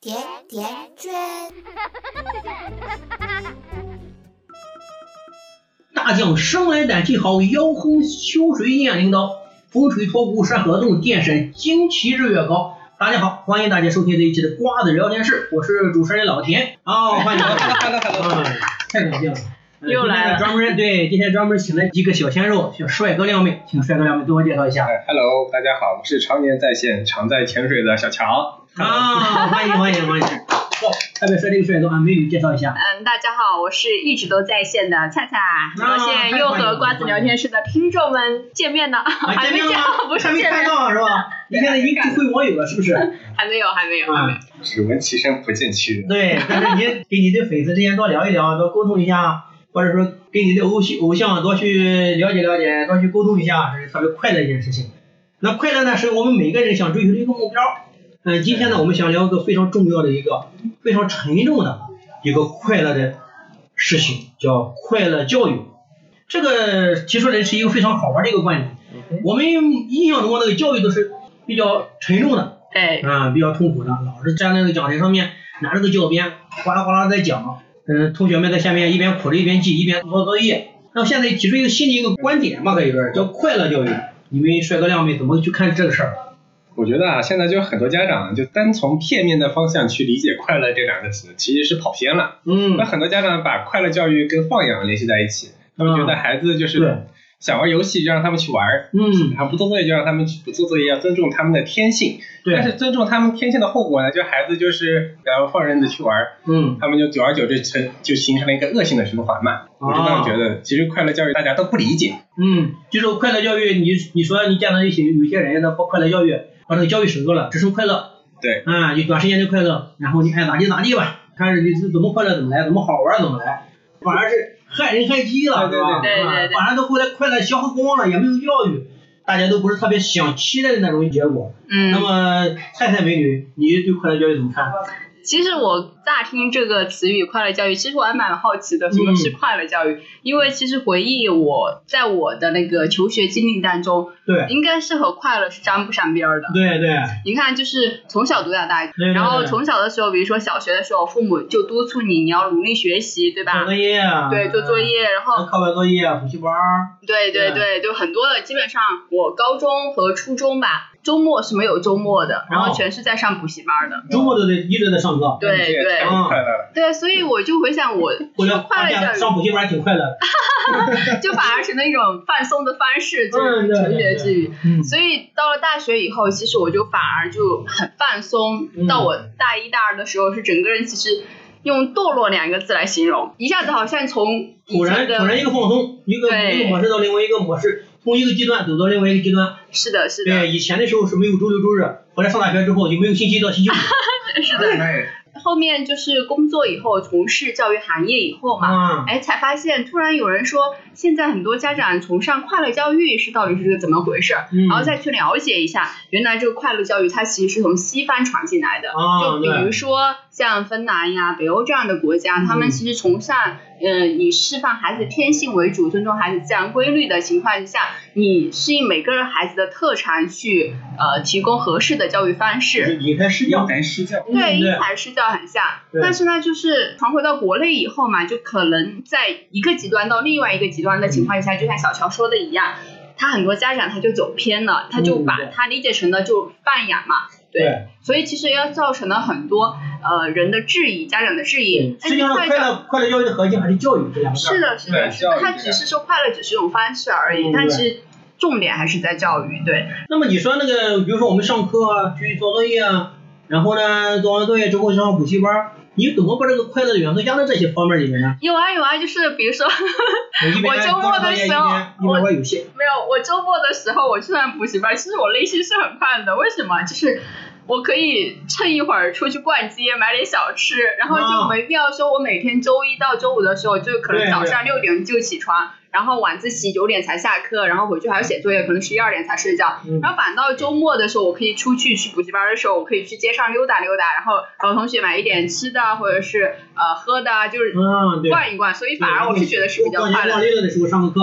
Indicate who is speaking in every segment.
Speaker 1: 甜甜圈。
Speaker 2: 大将生来胆气好，腰轰秋水一眼灵刀，风吹驼骨山河动，电闪旌旗日月高。大家好，欢迎大家收听这一期的瓜子聊天室，我是主持人老田。啊，欢迎
Speaker 3: hello hello，
Speaker 2: 啊，太感谢了。呃
Speaker 3: 又来了
Speaker 2: 今天专门对，今天专门请了一个小鲜肉，小帅哥靓妹，请帅哥靓妹自我介绍一下。
Speaker 3: 哎，Hello，大家好，我是常年在线、常在潜水的小乔。
Speaker 2: 啊，欢迎欢迎 欢迎！哦，特别帅这个帅哥，俺美女介绍一下。
Speaker 4: 嗯，大家好，我是一直都在线的恰恰，
Speaker 2: 啊
Speaker 4: 很高兴又和瓜子聊天室的听众们见面呢，
Speaker 2: 啊，
Speaker 4: 还
Speaker 2: 见
Speaker 4: 没
Speaker 2: 面
Speaker 4: 见
Speaker 2: 了吗？
Speaker 4: 不
Speaker 2: 还
Speaker 4: 是
Speaker 2: 没
Speaker 4: 见
Speaker 2: 看
Speaker 4: 面，
Speaker 2: 到是吧？你看已经互为网友了，是不是？
Speaker 4: 还没有，还没
Speaker 2: 啊
Speaker 4: 有，还没有。
Speaker 3: 只闻其声不见其人。
Speaker 2: 对，但是你给你的粉丝之间多聊一聊，多沟通一下，或者说跟你的偶像偶像多去了解了解，多去沟通一下，这是特别快乐的一件事情。那快乐呢，是我们每个人想追求的一个目标。嗯，今天呢，我们想聊一个非常重要的一个非常沉重的一个快乐的事情，叫快乐教育。这个提出来是一个非常好玩的一个观点。我们印象中的那个教育都是比较沉重的，
Speaker 4: 对，
Speaker 2: 啊，比较痛苦的，老是站在那个讲台上面拿着个教鞭，哗啦哗啦在讲，嗯，同学们在下面一边苦着一边记，一边做作业。那现在提出一个新的一个观点吧，可以说是叫快乐教育。你们帅哥靓妹怎么去看这个事儿？
Speaker 3: 我觉得啊，现在就有很多家长就单从片面的方向去理解“快乐”这两个词，其实是跑偏了。
Speaker 2: 嗯
Speaker 3: 那很多家长把快乐教育跟放养联系在一起，他们觉得孩子就
Speaker 2: 啊对
Speaker 3: 是想玩游戏就让他们去玩儿，
Speaker 2: 嗯，
Speaker 3: 然后不做作业就让他们去不做作业，要尊重他们的天性。
Speaker 2: 对，
Speaker 3: 但是尊重他们天性的后果呢，就孩子就是然后放任的去玩儿，
Speaker 2: 嗯，
Speaker 3: 他们就久而久之成就形成了一个恶性的循环嘛。我就这样觉得，其实快乐教育大家都不理解。
Speaker 2: 嗯，就是快乐教育，你你说你见到一些有些人呢，不快乐教育，把那个教育收住了，只剩快乐。
Speaker 3: 对。
Speaker 2: 啊，就短时间的快乐，然后你爱咋地咋地吧，看是你是怎么快乐怎么来，怎么好玩怎么来，反而是害人害己了，
Speaker 3: 对
Speaker 2: 是吧？
Speaker 4: 对对
Speaker 2: 啊
Speaker 4: 对对
Speaker 2: 反而到后来快乐消耗光了，也没有教育，大家都不是特别想期待的那种结果。那
Speaker 4: 嗯，
Speaker 2: 么，菜菜美女，你对快乐教育怎么看？
Speaker 4: 其实我乍听这个词语“快乐教育”，其实我还蛮好奇的，什
Speaker 2: 嗯
Speaker 4: 么是快乐教育？因为其实回忆我在我的那个求学经历当中，
Speaker 2: 对，
Speaker 4: 应该是和快乐是沾不上边儿的。
Speaker 2: 对对，
Speaker 4: 你看，就是从小读到大，
Speaker 2: 对
Speaker 4: 然后
Speaker 2: 对
Speaker 4: 从小的时候，比如说小学的时候，父母就督促你，你要努力学习，对
Speaker 2: 做
Speaker 4: 吧？
Speaker 2: 作业啊，
Speaker 4: 对，做作业，然后
Speaker 2: 嗯，课外作业、补习班啊儿，
Speaker 4: 对对
Speaker 2: 对
Speaker 4: 对，就很多的，基本上我高中和初中吧，周末是没有周末的，然
Speaker 2: 哦
Speaker 4: 后全是在上补习班的。
Speaker 2: 周末都得一直在上课。
Speaker 4: 对
Speaker 3: 这也
Speaker 4: 对
Speaker 3: 太不嗯快乐了。
Speaker 4: 对，所以我就回 想我
Speaker 2: 后来发
Speaker 4: 快乐
Speaker 2: 现
Speaker 4: 教
Speaker 2: 上补习班挺快乐的。
Speaker 4: 育，就反而成了一种放松的方式， 就是
Speaker 2: 嗯对
Speaker 4: 求学之余。
Speaker 2: 嗯
Speaker 4: 所以到了大学以后，其实我就反而就很放松。
Speaker 2: 嗯
Speaker 4: 到我大一大二的时候，是整个人其实用堕落两个字来形容，一下子好像从以
Speaker 2: 突然
Speaker 4: 前
Speaker 2: 突然
Speaker 4: 的
Speaker 2: 一个放松，一个
Speaker 4: 对
Speaker 2: 一个模式到另外一个模式，从一个极端走到另外一个极端。
Speaker 4: 是的是的
Speaker 2: 对，以前的时候是没有周六周日，后来上大学之后就没有星期一到星期 五
Speaker 4: 是的，后面就是工作以后，从事教育行业以后嘛，
Speaker 2: 啊。
Speaker 4: 哎，才发现突然有人说，现在很多家长崇尚快乐教育是到底是个怎么回事儿，
Speaker 2: 嗯
Speaker 4: 然后再去了解一下，原来这个快乐教育它其实是从西方传进来的，
Speaker 2: 啊
Speaker 4: 就比
Speaker 2: 对
Speaker 4: 如说像芬兰呀、北欧这样的国家，他
Speaker 2: 嗯
Speaker 4: 们其实崇尚，呃，以释放孩子天性为主，尊重孩子自然规律的情况之下，你适应每个人孩子的特长去，呃，提供合适的教育方式。
Speaker 2: 是因材施教，
Speaker 3: 难施教。
Speaker 4: 对，
Speaker 2: 嗯
Speaker 4: 因
Speaker 2: 对
Speaker 4: 材施教很像，
Speaker 2: 对
Speaker 4: 但是呢，就是传回到国内以后嘛，就可能在一个极端到另外一个极端的情况下，就像小乔说的一样，他很多家长他就走偏了，他就
Speaker 2: 嗯
Speaker 4: 把
Speaker 2: 对
Speaker 4: 他理解成了就放养嘛，
Speaker 2: 对，
Speaker 4: 所以其实要造成了很多呃人的质疑，家长的质疑。
Speaker 2: 实际上
Speaker 4: 哎
Speaker 2: 快乐快乐教育的核心还是教育这两个字儿。
Speaker 4: 是的，是的，是的，
Speaker 3: 对教育
Speaker 4: 他只是说快乐只是一种方式而已，
Speaker 2: 嗯
Speaker 4: 但
Speaker 2: 对
Speaker 4: 是重点还是在教育，对。
Speaker 2: 那么你说那个，比如说我们上课啊，去做作业啊，然后呢，做完作业之后上补习班儿，你怎么把这个快乐的元素加到这些方面里面呢？
Speaker 4: 有啊有啊，就是比如说，
Speaker 2: 一边
Speaker 4: 我周末
Speaker 2: 做
Speaker 4: 的
Speaker 2: 作业一
Speaker 4: 时候
Speaker 2: 边一边玩游戏。
Speaker 4: 没有，我周末的时候我去上补习班，其实我内心是很盼的。为什么？就是我可以趁一会儿出去逛街买点小吃，然后
Speaker 2: 啊
Speaker 4: 就没必要说我每天周一到周五的时候，就可
Speaker 2: 对
Speaker 4: 能早上六点就起床，然后晚自习九点才下课，然后回去还要写作业，可能十一二点才睡觉。
Speaker 2: 嗯
Speaker 4: 然后反倒周末的时候，我可以出去去补习班的时候，我可以去街上溜达溜达，然后找同学买一点吃的或者是呃喝的，就是
Speaker 2: 嗯，对。
Speaker 4: 逛一逛。所以反而我是觉得是比较
Speaker 2: 逛
Speaker 4: 快
Speaker 2: 街
Speaker 4: 乐
Speaker 2: 逛
Speaker 4: 的。啊
Speaker 2: 累了的时候上个课，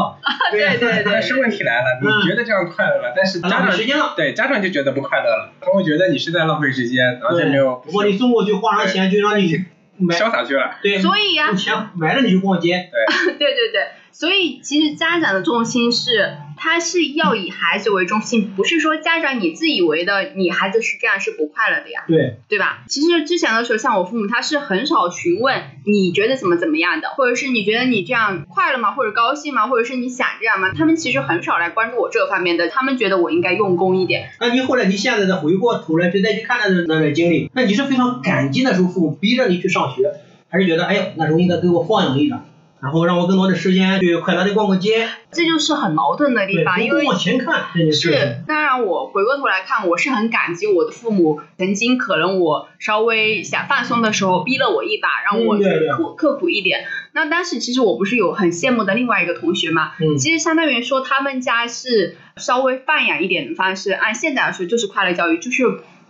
Speaker 4: 对对对
Speaker 3: 但是问题来了，
Speaker 2: 嗯
Speaker 3: 你觉得这样快乐了，但是
Speaker 2: 啊
Speaker 3: 家
Speaker 2: 浪
Speaker 3: 长
Speaker 2: 费时间了。
Speaker 3: 对家长就觉得不快乐了，他会觉得你是在浪费时间，哦然后就没有
Speaker 2: 我给你送过去，花了钱就让你买，
Speaker 3: 潇洒去了。
Speaker 2: 对，
Speaker 4: 所以呀、啊
Speaker 2: 用钱买了你去逛街，
Speaker 4: 对对对，所以其实家长的重心是，他是要以孩子为中心，不是说家长你自以为的你孩子是这样是不快乐的呀，
Speaker 2: 对，
Speaker 4: 对吧？其实之前的时候，像我父母他是很少询问你觉得怎么怎么样的，或者是你觉得你这样快乐吗？或者高兴吗？或者是你想这样吗？他们其实很少来关注我这方面的，他们觉得我应该用功一点。
Speaker 2: 那你后来你现在再回过头来去再去看他的那段经历，那你是非常感激那时候父母逼着你去上学，还是觉得哎呀那时候应该给我放养一点，然后让我更多的时间去快乐的逛逛街，
Speaker 4: 这就是很矛盾的地
Speaker 2: 对，
Speaker 4: 方，因
Speaker 2: 不
Speaker 4: 为
Speaker 2: 过往前看这件事情，
Speaker 4: 是，当然我回过头来看，我是很感激我的父母，曾经可能我稍微想放松的时候，逼了我一把，让我
Speaker 2: 嗯
Speaker 4: 去
Speaker 2: 对对
Speaker 4: 刻刻苦一点。那当时其实我不是有很羡慕的另外一个同学嘛，
Speaker 2: 嗯，
Speaker 4: 其实相当于说他们家是稍微放养一点的方式，按现在来说就是快乐教育，就是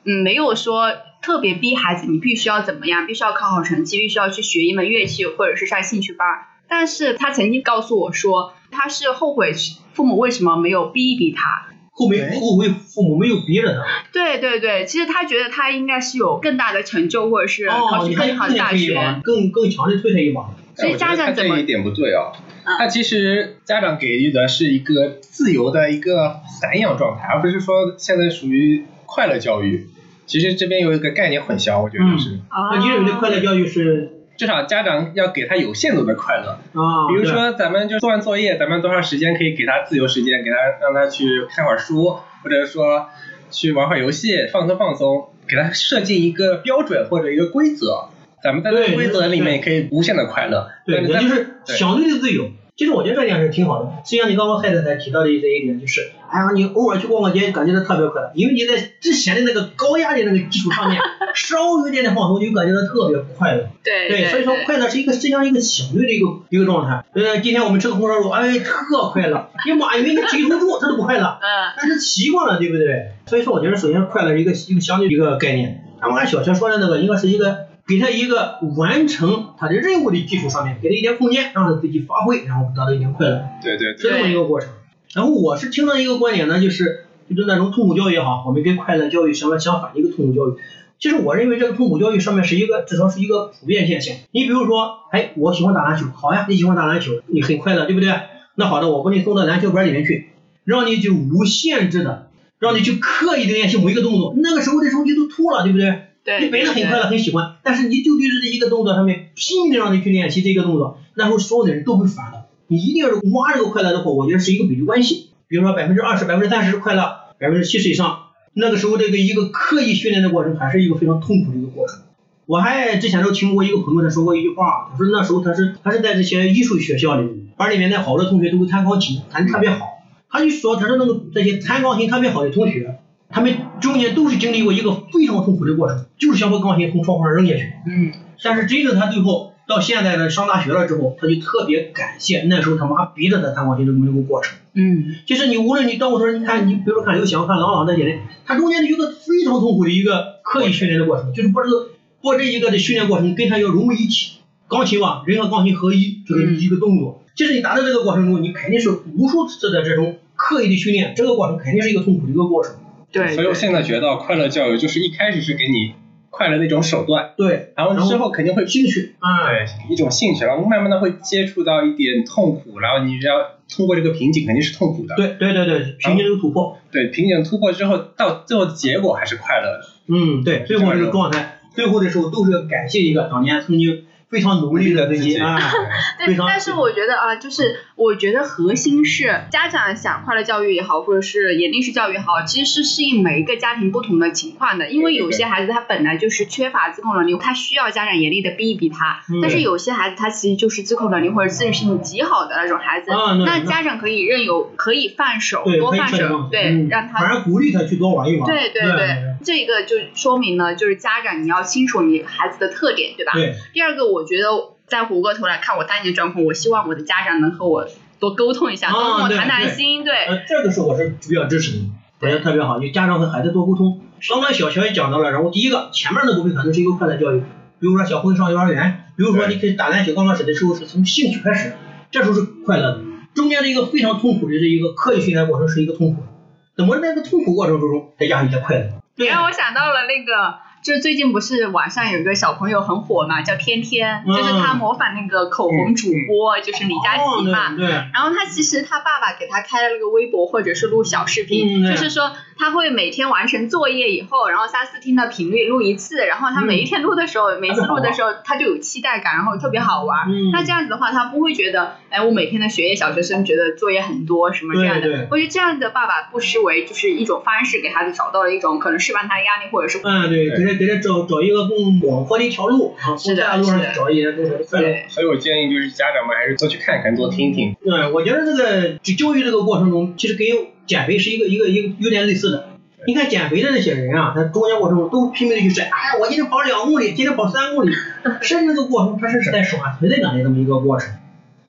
Speaker 4: 嗯没有说特别逼孩子你必须要怎么样，必须要考好成绩，必须要去学一门乐器或者是上兴趣班儿。但是他曾经告诉我说，他是后悔父母为什么没有逼一逼他，
Speaker 2: 后悔后悔父母没有逼着他，
Speaker 4: 对对对，其实他觉得他应该是有更大的成就，或者是考
Speaker 2: 哦，
Speaker 4: 取
Speaker 2: 你还
Speaker 4: 更好的
Speaker 2: 推
Speaker 4: 大
Speaker 2: 他一
Speaker 4: 学。
Speaker 2: 把，更更强的推他一把，
Speaker 4: 所以
Speaker 3: 哎我觉得
Speaker 4: 家长
Speaker 3: 他
Speaker 4: 怎么
Speaker 3: 这一点不对哦？
Speaker 4: 嗯
Speaker 3: 他其实家长给予的是一个自由的一个散养状态，而不是说现在属于快乐教育。其实这边有一个概念混淆，我觉得是，
Speaker 4: 啊
Speaker 2: 那你认为的快乐教育是
Speaker 3: 至少家长要给他有限度的快乐。
Speaker 2: 啊，
Speaker 3: 比如
Speaker 2: 对
Speaker 3: 说，咱们就做完作业，咱们多长时间可以给他自由时间，给他让他去看会儿书，或者说去玩会儿游戏，放松放松，给他设计一个标准或者一个规则。咱们在这
Speaker 2: 对
Speaker 3: 个规则里
Speaker 2: 对
Speaker 3: 面可以无限的快乐，
Speaker 2: 对，
Speaker 3: 但
Speaker 2: 也
Speaker 3: 是
Speaker 2: 就
Speaker 3: 在
Speaker 2: 是相对的自由。其实我觉得这件事挺好的，就像你刚刚太太才提到的这一点，就是，哎呀，你偶尔去逛逛街，感觉到特别快乐，因为你在之前的那个高压的那个基础上面，稍微有一点点放松，你就感觉到特别快乐。
Speaker 4: 对
Speaker 2: 对，所以说快乐是一个这样一个相对的一个一个状态。呃，今天我们吃个红烧肉，哎，特快乐，你妈以为那贼头肉它都不快乐，
Speaker 4: 嗯，
Speaker 2: 但是习惯了，对不对？所以说，我觉得首先快乐是一个一个相对的一个概念。那么按小学说的那个，应该是一个给他一个完成他的任务的基础上面，给他一点空间，让他自己发挥，然后得到一点快乐，
Speaker 3: 对对对
Speaker 2: 是这么一个过程。然后我是听到一个观点呢，就是就是那种痛苦教育也好，我们跟快乐教育相相反的一个痛苦教育。其实我认为这个痛苦教育上面是一个至少是一个普遍现象。你比如说，哎，我喜欢打篮球，好呀，你喜欢打篮球，你很快乐，对不对？那好的，我把你送到篮球班里面去，让你就无限制的，让你去刻意的练习某一个动作。那个时候的手机都秃了，对不对？
Speaker 4: 对，
Speaker 2: 你本来很快
Speaker 4: 对
Speaker 2: 乐，很喜欢，但是你就对着这一个动作上面拼命的让你去练习这个动作，那时候所有的人都会烦的。你一定要是挖这个快乐的话，我觉得是一个比例关系。比如说百分之二十、百分之三十是快乐，百分之七十以上，那个时候这个一个刻意训练的过程，还是一个非常痛苦的一个过程。我还之前都听过一个朋友他说过一句话，他说那时候他是他是在这些艺术学校里面，班里面的好多同学都会弹钢琴，弹得特别好。他就说他说那个这些弹钢琴特别好的同学，他们中间都是经历过一个非常痛苦的过程，就是想把钢琴从窗户上扔下去。
Speaker 4: 嗯，
Speaker 2: 但是真的他最后到现在呢，上大学了之后，他就特别感谢那时候他妈逼着他弹钢琴的这么一个过程。
Speaker 4: 嗯，
Speaker 2: 其实你无论你到时候你看你比如说看刘翔、看郎朗这些人，他中间有一个非常痛苦的一个刻意训练的过程，就是把这个把这一个的训练过程跟他要融为一体。钢琴嘛，人和钢琴合一，这个
Speaker 4: 嗯
Speaker 2: 一个动作。其实你达到这个过程中，你肯定是无数次的这种刻意的训练，这个过程肯定是一个痛苦的一个过程。
Speaker 4: 对，
Speaker 3: 所以我
Speaker 4: 对
Speaker 3: 现在觉得快乐教育就是一开始是给你快乐的一种手段，
Speaker 2: 对，
Speaker 3: 然后
Speaker 2: 然后
Speaker 3: 之后肯定会
Speaker 2: 兴趣啊，
Speaker 3: 对一种兴趣，然后慢慢的会接触到一点痛苦，然后你只要通过这个瓶颈肯定是痛苦的，
Speaker 2: 对对对对，平均的突破。
Speaker 3: 对瓶颈突破之后，到最后的结果还是快乐的。
Speaker 2: 嗯，对，最后这个状态，最后的时候都是要感谢一个当年曾经非常努力的自己啊。非
Speaker 4: 对，
Speaker 2: 常
Speaker 4: 但是我觉得啊，就是我觉得核心是家长想快乐教育也好，或者是严厉式教育也好，其实是适应每一个家庭不同的情况的。因为有些孩子他本来就是缺乏自控能力，他需要家长严厉的逼一逼他；
Speaker 2: 嗯
Speaker 4: 但是有些孩子他其实就是自控能力或者自律性极好的那种孩子，
Speaker 2: 啊那
Speaker 4: 那
Speaker 2: 那
Speaker 4: 家长可以任由，可以放手，
Speaker 2: 对，
Speaker 4: 多
Speaker 2: 可以
Speaker 4: 放
Speaker 2: 劝
Speaker 4: 手，
Speaker 2: 他
Speaker 4: 对，
Speaker 2: 嗯
Speaker 4: 让他
Speaker 2: 反而鼓励他去多玩一玩。
Speaker 4: 对对对，这个就说明了，就是家长你要清楚你孩子的特点，对吧？
Speaker 2: 对
Speaker 4: 第二个，我觉得再回过头来看我当年的状况，我希望我的家长能和我多沟通一下，
Speaker 2: 啊
Speaker 4: 多跟我
Speaker 2: 对
Speaker 4: 谈谈
Speaker 2: 对
Speaker 4: 心，对，
Speaker 2: 呃，这个是我是比较支持的，我觉得特别好，就家长和孩子多沟通。刚刚小乔也讲到了，然后第一个前面的部分可能是一个快乐教育，比如说小辉上幼儿园，比如说
Speaker 3: 对
Speaker 2: 你可以打篮球，刚开始的时候是从兴趣开始，这时候是快乐的。中间的一个非常痛苦的这一个刻意训练过程是一个痛苦的，怎么在这个痛苦过程之中再压抑的快乐？
Speaker 4: 你
Speaker 2: 对啊
Speaker 4: 让我想到了那个，就是最近不是网上有一个小朋友很火嘛，叫天天，就是他模仿那个口红主播，就是李佳琦嘛。
Speaker 2: 嗯
Speaker 4: 嗯
Speaker 2: 哦对对
Speaker 4: 然后他其实他爸爸给他开了那个微博，或者是录小视频，
Speaker 2: 嗯对
Speaker 4: 就是说他会每天完成作业以后，然后三四天的频率录一次，然后他
Speaker 2: 嗯
Speaker 4: 每一天录的时候，每次录的时候他就有期待感，然后特别好玩。
Speaker 2: 嗯
Speaker 4: 那这样子的话，他不会觉得，哎，我每天的学业小学生觉得作业很多什么这样的。
Speaker 2: 对对
Speaker 4: 我觉得这样的爸爸不失为就是一种方式，给孩子找到了一种可能释放他的压力，或者是
Speaker 2: 嗯，对，给他给他找找一个更广阔的一条路，啊，
Speaker 4: 是
Speaker 2: 从
Speaker 4: 的
Speaker 2: 大路上
Speaker 4: 是的
Speaker 2: 找一些更多的快乐。
Speaker 4: 对
Speaker 3: 所以我建议就是家长们还是多去看看，多听听。
Speaker 2: 对，我觉得这个呃就教育这个过程中，其实跟减肥是一个一个一个有点类似的。你看减肥的那些人啊，他中间过程中都拼命的去晒，哎，我今天跑两公里，今天跑三公里，甚至那个过程他是是在耍存在感的这么一个过程。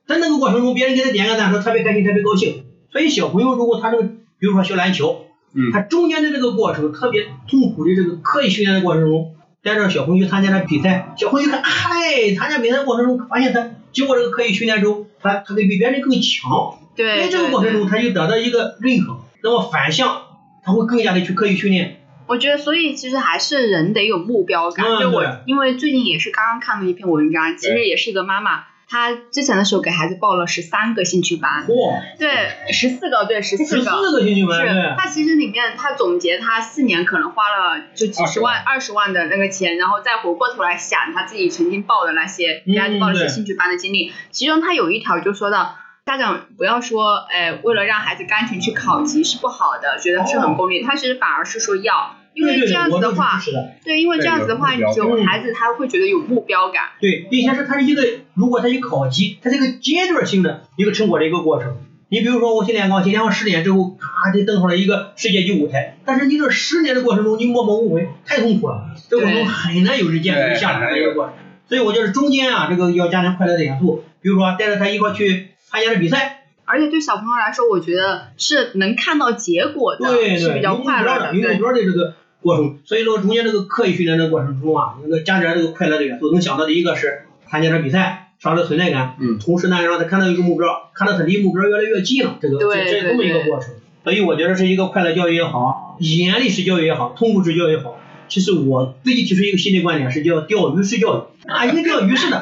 Speaker 2: 在那个过程中，别人给他点个赞，他特别开心，特别高兴。所以小朋友如果他这个，比如说学篮球，
Speaker 3: 嗯
Speaker 2: 他中间的这个过程特别痛苦的这个刻意训练的过程中，再让小朋友去参加了比赛，小朋友一看，哎，参加比赛过程中发现他经过这个刻意训练之后，他他会比别人更强，因
Speaker 4: 对
Speaker 2: 为这个过程中他就得到一个认可，那么反向他会更加的去刻意训练，
Speaker 4: 我觉得，所以其实还是人得有目标感。
Speaker 2: 嗯
Speaker 4: 就我
Speaker 2: 对
Speaker 4: 因为最近也是刚刚看了一篇文章，其实也是一个妈妈，她之前的时候给孩子报了十三个兴趣班，
Speaker 2: 哇，
Speaker 4: 对，十四个，对，十
Speaker 2: 十
Speaker 4: 四个。
Speaker 2: 四个兴趣班，
Speaker 4: 是
Speaker 2: 对，
Speaker 4: 他其实里面他总结他四年可能花了就几十万、二十万的那个钱，然后再回过头来想他自己曾经报的那些，
Speaker 2: 嗯
Speaker 4: 给孩子报的一些
Speaker 2: 对
Speaker 4: 兴趣班的经历，其中他有一条就说到。家长不要说，哎，为了让孩子甘情去考级是不好的，觉得是很功利。他其实反而是说要，因为
Speaker 2: 哦对对
Speaker 4: 这样
Speaker 2: 对，
Speaker 4: 子
Speaker 2: 我
Speaker 4: 的
Speaker 2: 都是
Speaker 4: 话
Speaker 2: 支，持的，
Speaker 4: 对，因为这样子的话，
Speaker 3: 对
Speaker 4: 你
Speaker 3: 有目标
Speaker 4: 就
Speaker 2: 感
Speaker 4: 孩子他会觉得有目标感，
Speaker 2: 对，并且是他是一个，如果他一考级，他是一个阶段性的一个成果的一个过程。你比如说，我去练钢琴，练完十年之后，咔就登上了一个世界级舞台。但是你这十年的过程中，你默默无闻，太痛苦了，这个过程中
Speaker 4: 对
Speaker 2: 很难有人坚持下来的一个过程。所以我觉得中间啊，这个要加点快乐的元素，比如说带着他一块去参加的比赛，
Speaker 4: 而且对小朋友来说，我觉得是能看到结果的，
Speaker 2: 对
Speaker 4: 是
Speaker 2: 对，
Speaker 4: 比
Speaker 2: 有
Speaker 4: 较
Speaker 2: 目
Speaker 4: 快乐
Speaker 2: 标
Speaker 4: 的，
Speaker 2: 的，有目标的这个过程。所以说中间这个刻意训练的过程中啊，那个加点这个快乐的元素，能想到的一个是参加的比赛，刷到存在感，
Speaker 3: 嗯，
Speaker 2: 同时呢，让他看到一个目标，看到他离目标越来越近了，这个
Speaker 4: 对
Speaker 2: 这这这么一个过程。所以我觉得是一个快乐教育也好，严厉式教育也好，痛苦式教育也好。其实我自己提出一个新的观点是叫钓鱼式教育啊，一个钓鱼式的，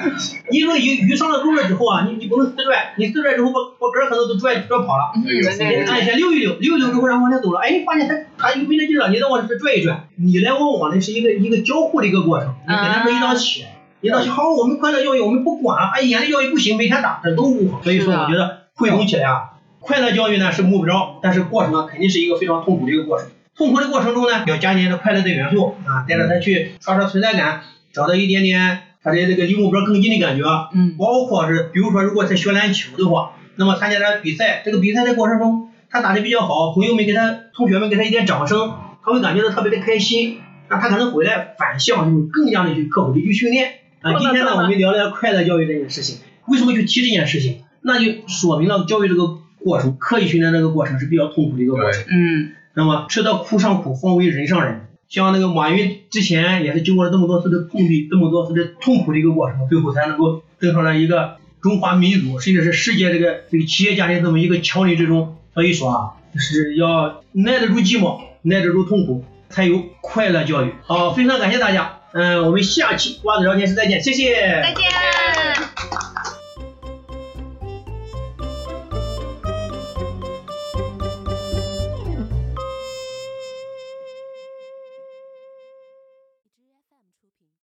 Speaker 2: 你说鱼鱼上了钩了之后啊，你你不能自拽，你自拽之后把把杆儿可能都拽拽跑了，
Speaker 4: 嗯
Speaker 3: 有
Speaker 4: 对对
Speaker 2: 你按一下溜一溜，溜一溜之后然后往前走了，哎，发现它它又没那劲儿了，你再往这拽一拽，你来我往的是一个一个交互的一个过程，你很难说一
Speaker 4: 啊
Speaker 2: 刀切。一刀切，好，我们快乐教育我们不管了，哎，严厉教育不行，每天打，这都不好。所以说，
Speaker 4: 是的
Speaker 2: 我觉得汇总起来啊，快乐教育呢是目标，但是过程呢肯定是一个非常痛苦的一个过程。痛苦的过程中呢，要加点的快乐的元素啊，带着他去刷刷存在感，找到一点点他的这个离目标更近的感觉。啊
Speaker 4: 嗯，
Speaker 2: 包括是，比如说，如果他学篮球的话，那么参加了比赛，这个比赛的过程中，他打的比较好，朋友们给他、同学们给他一点掌声，他会感觉到特别的开心。那他可能回来反向就更加的去刻苦的去训练。啊，今天呢，我们聊聊快乐教育这件事情，为什么去提这件事情？那就说明了教育这个过程，刻意训练这个过程是比较痛苦的一个过程。
Speaker 3: 对，
Speaker 4: 嗯，
Speaker 2: 那么吃得苦上苦，方为人上人。像那个马云之前也是经过了这么多次的碰壁，这么多次的痛苦的一个过程，最后才能够登上了一个中华民族，甚至是世界这个这个企业家的这么一个强林之中。所以说啊，就是要耐得住寂寞，耐得住痛苦，才有快乐教育。好，非常感谢大家，嗯，我们下期瓜子聊天室再见，谢谢，
Speaker 4: 再见。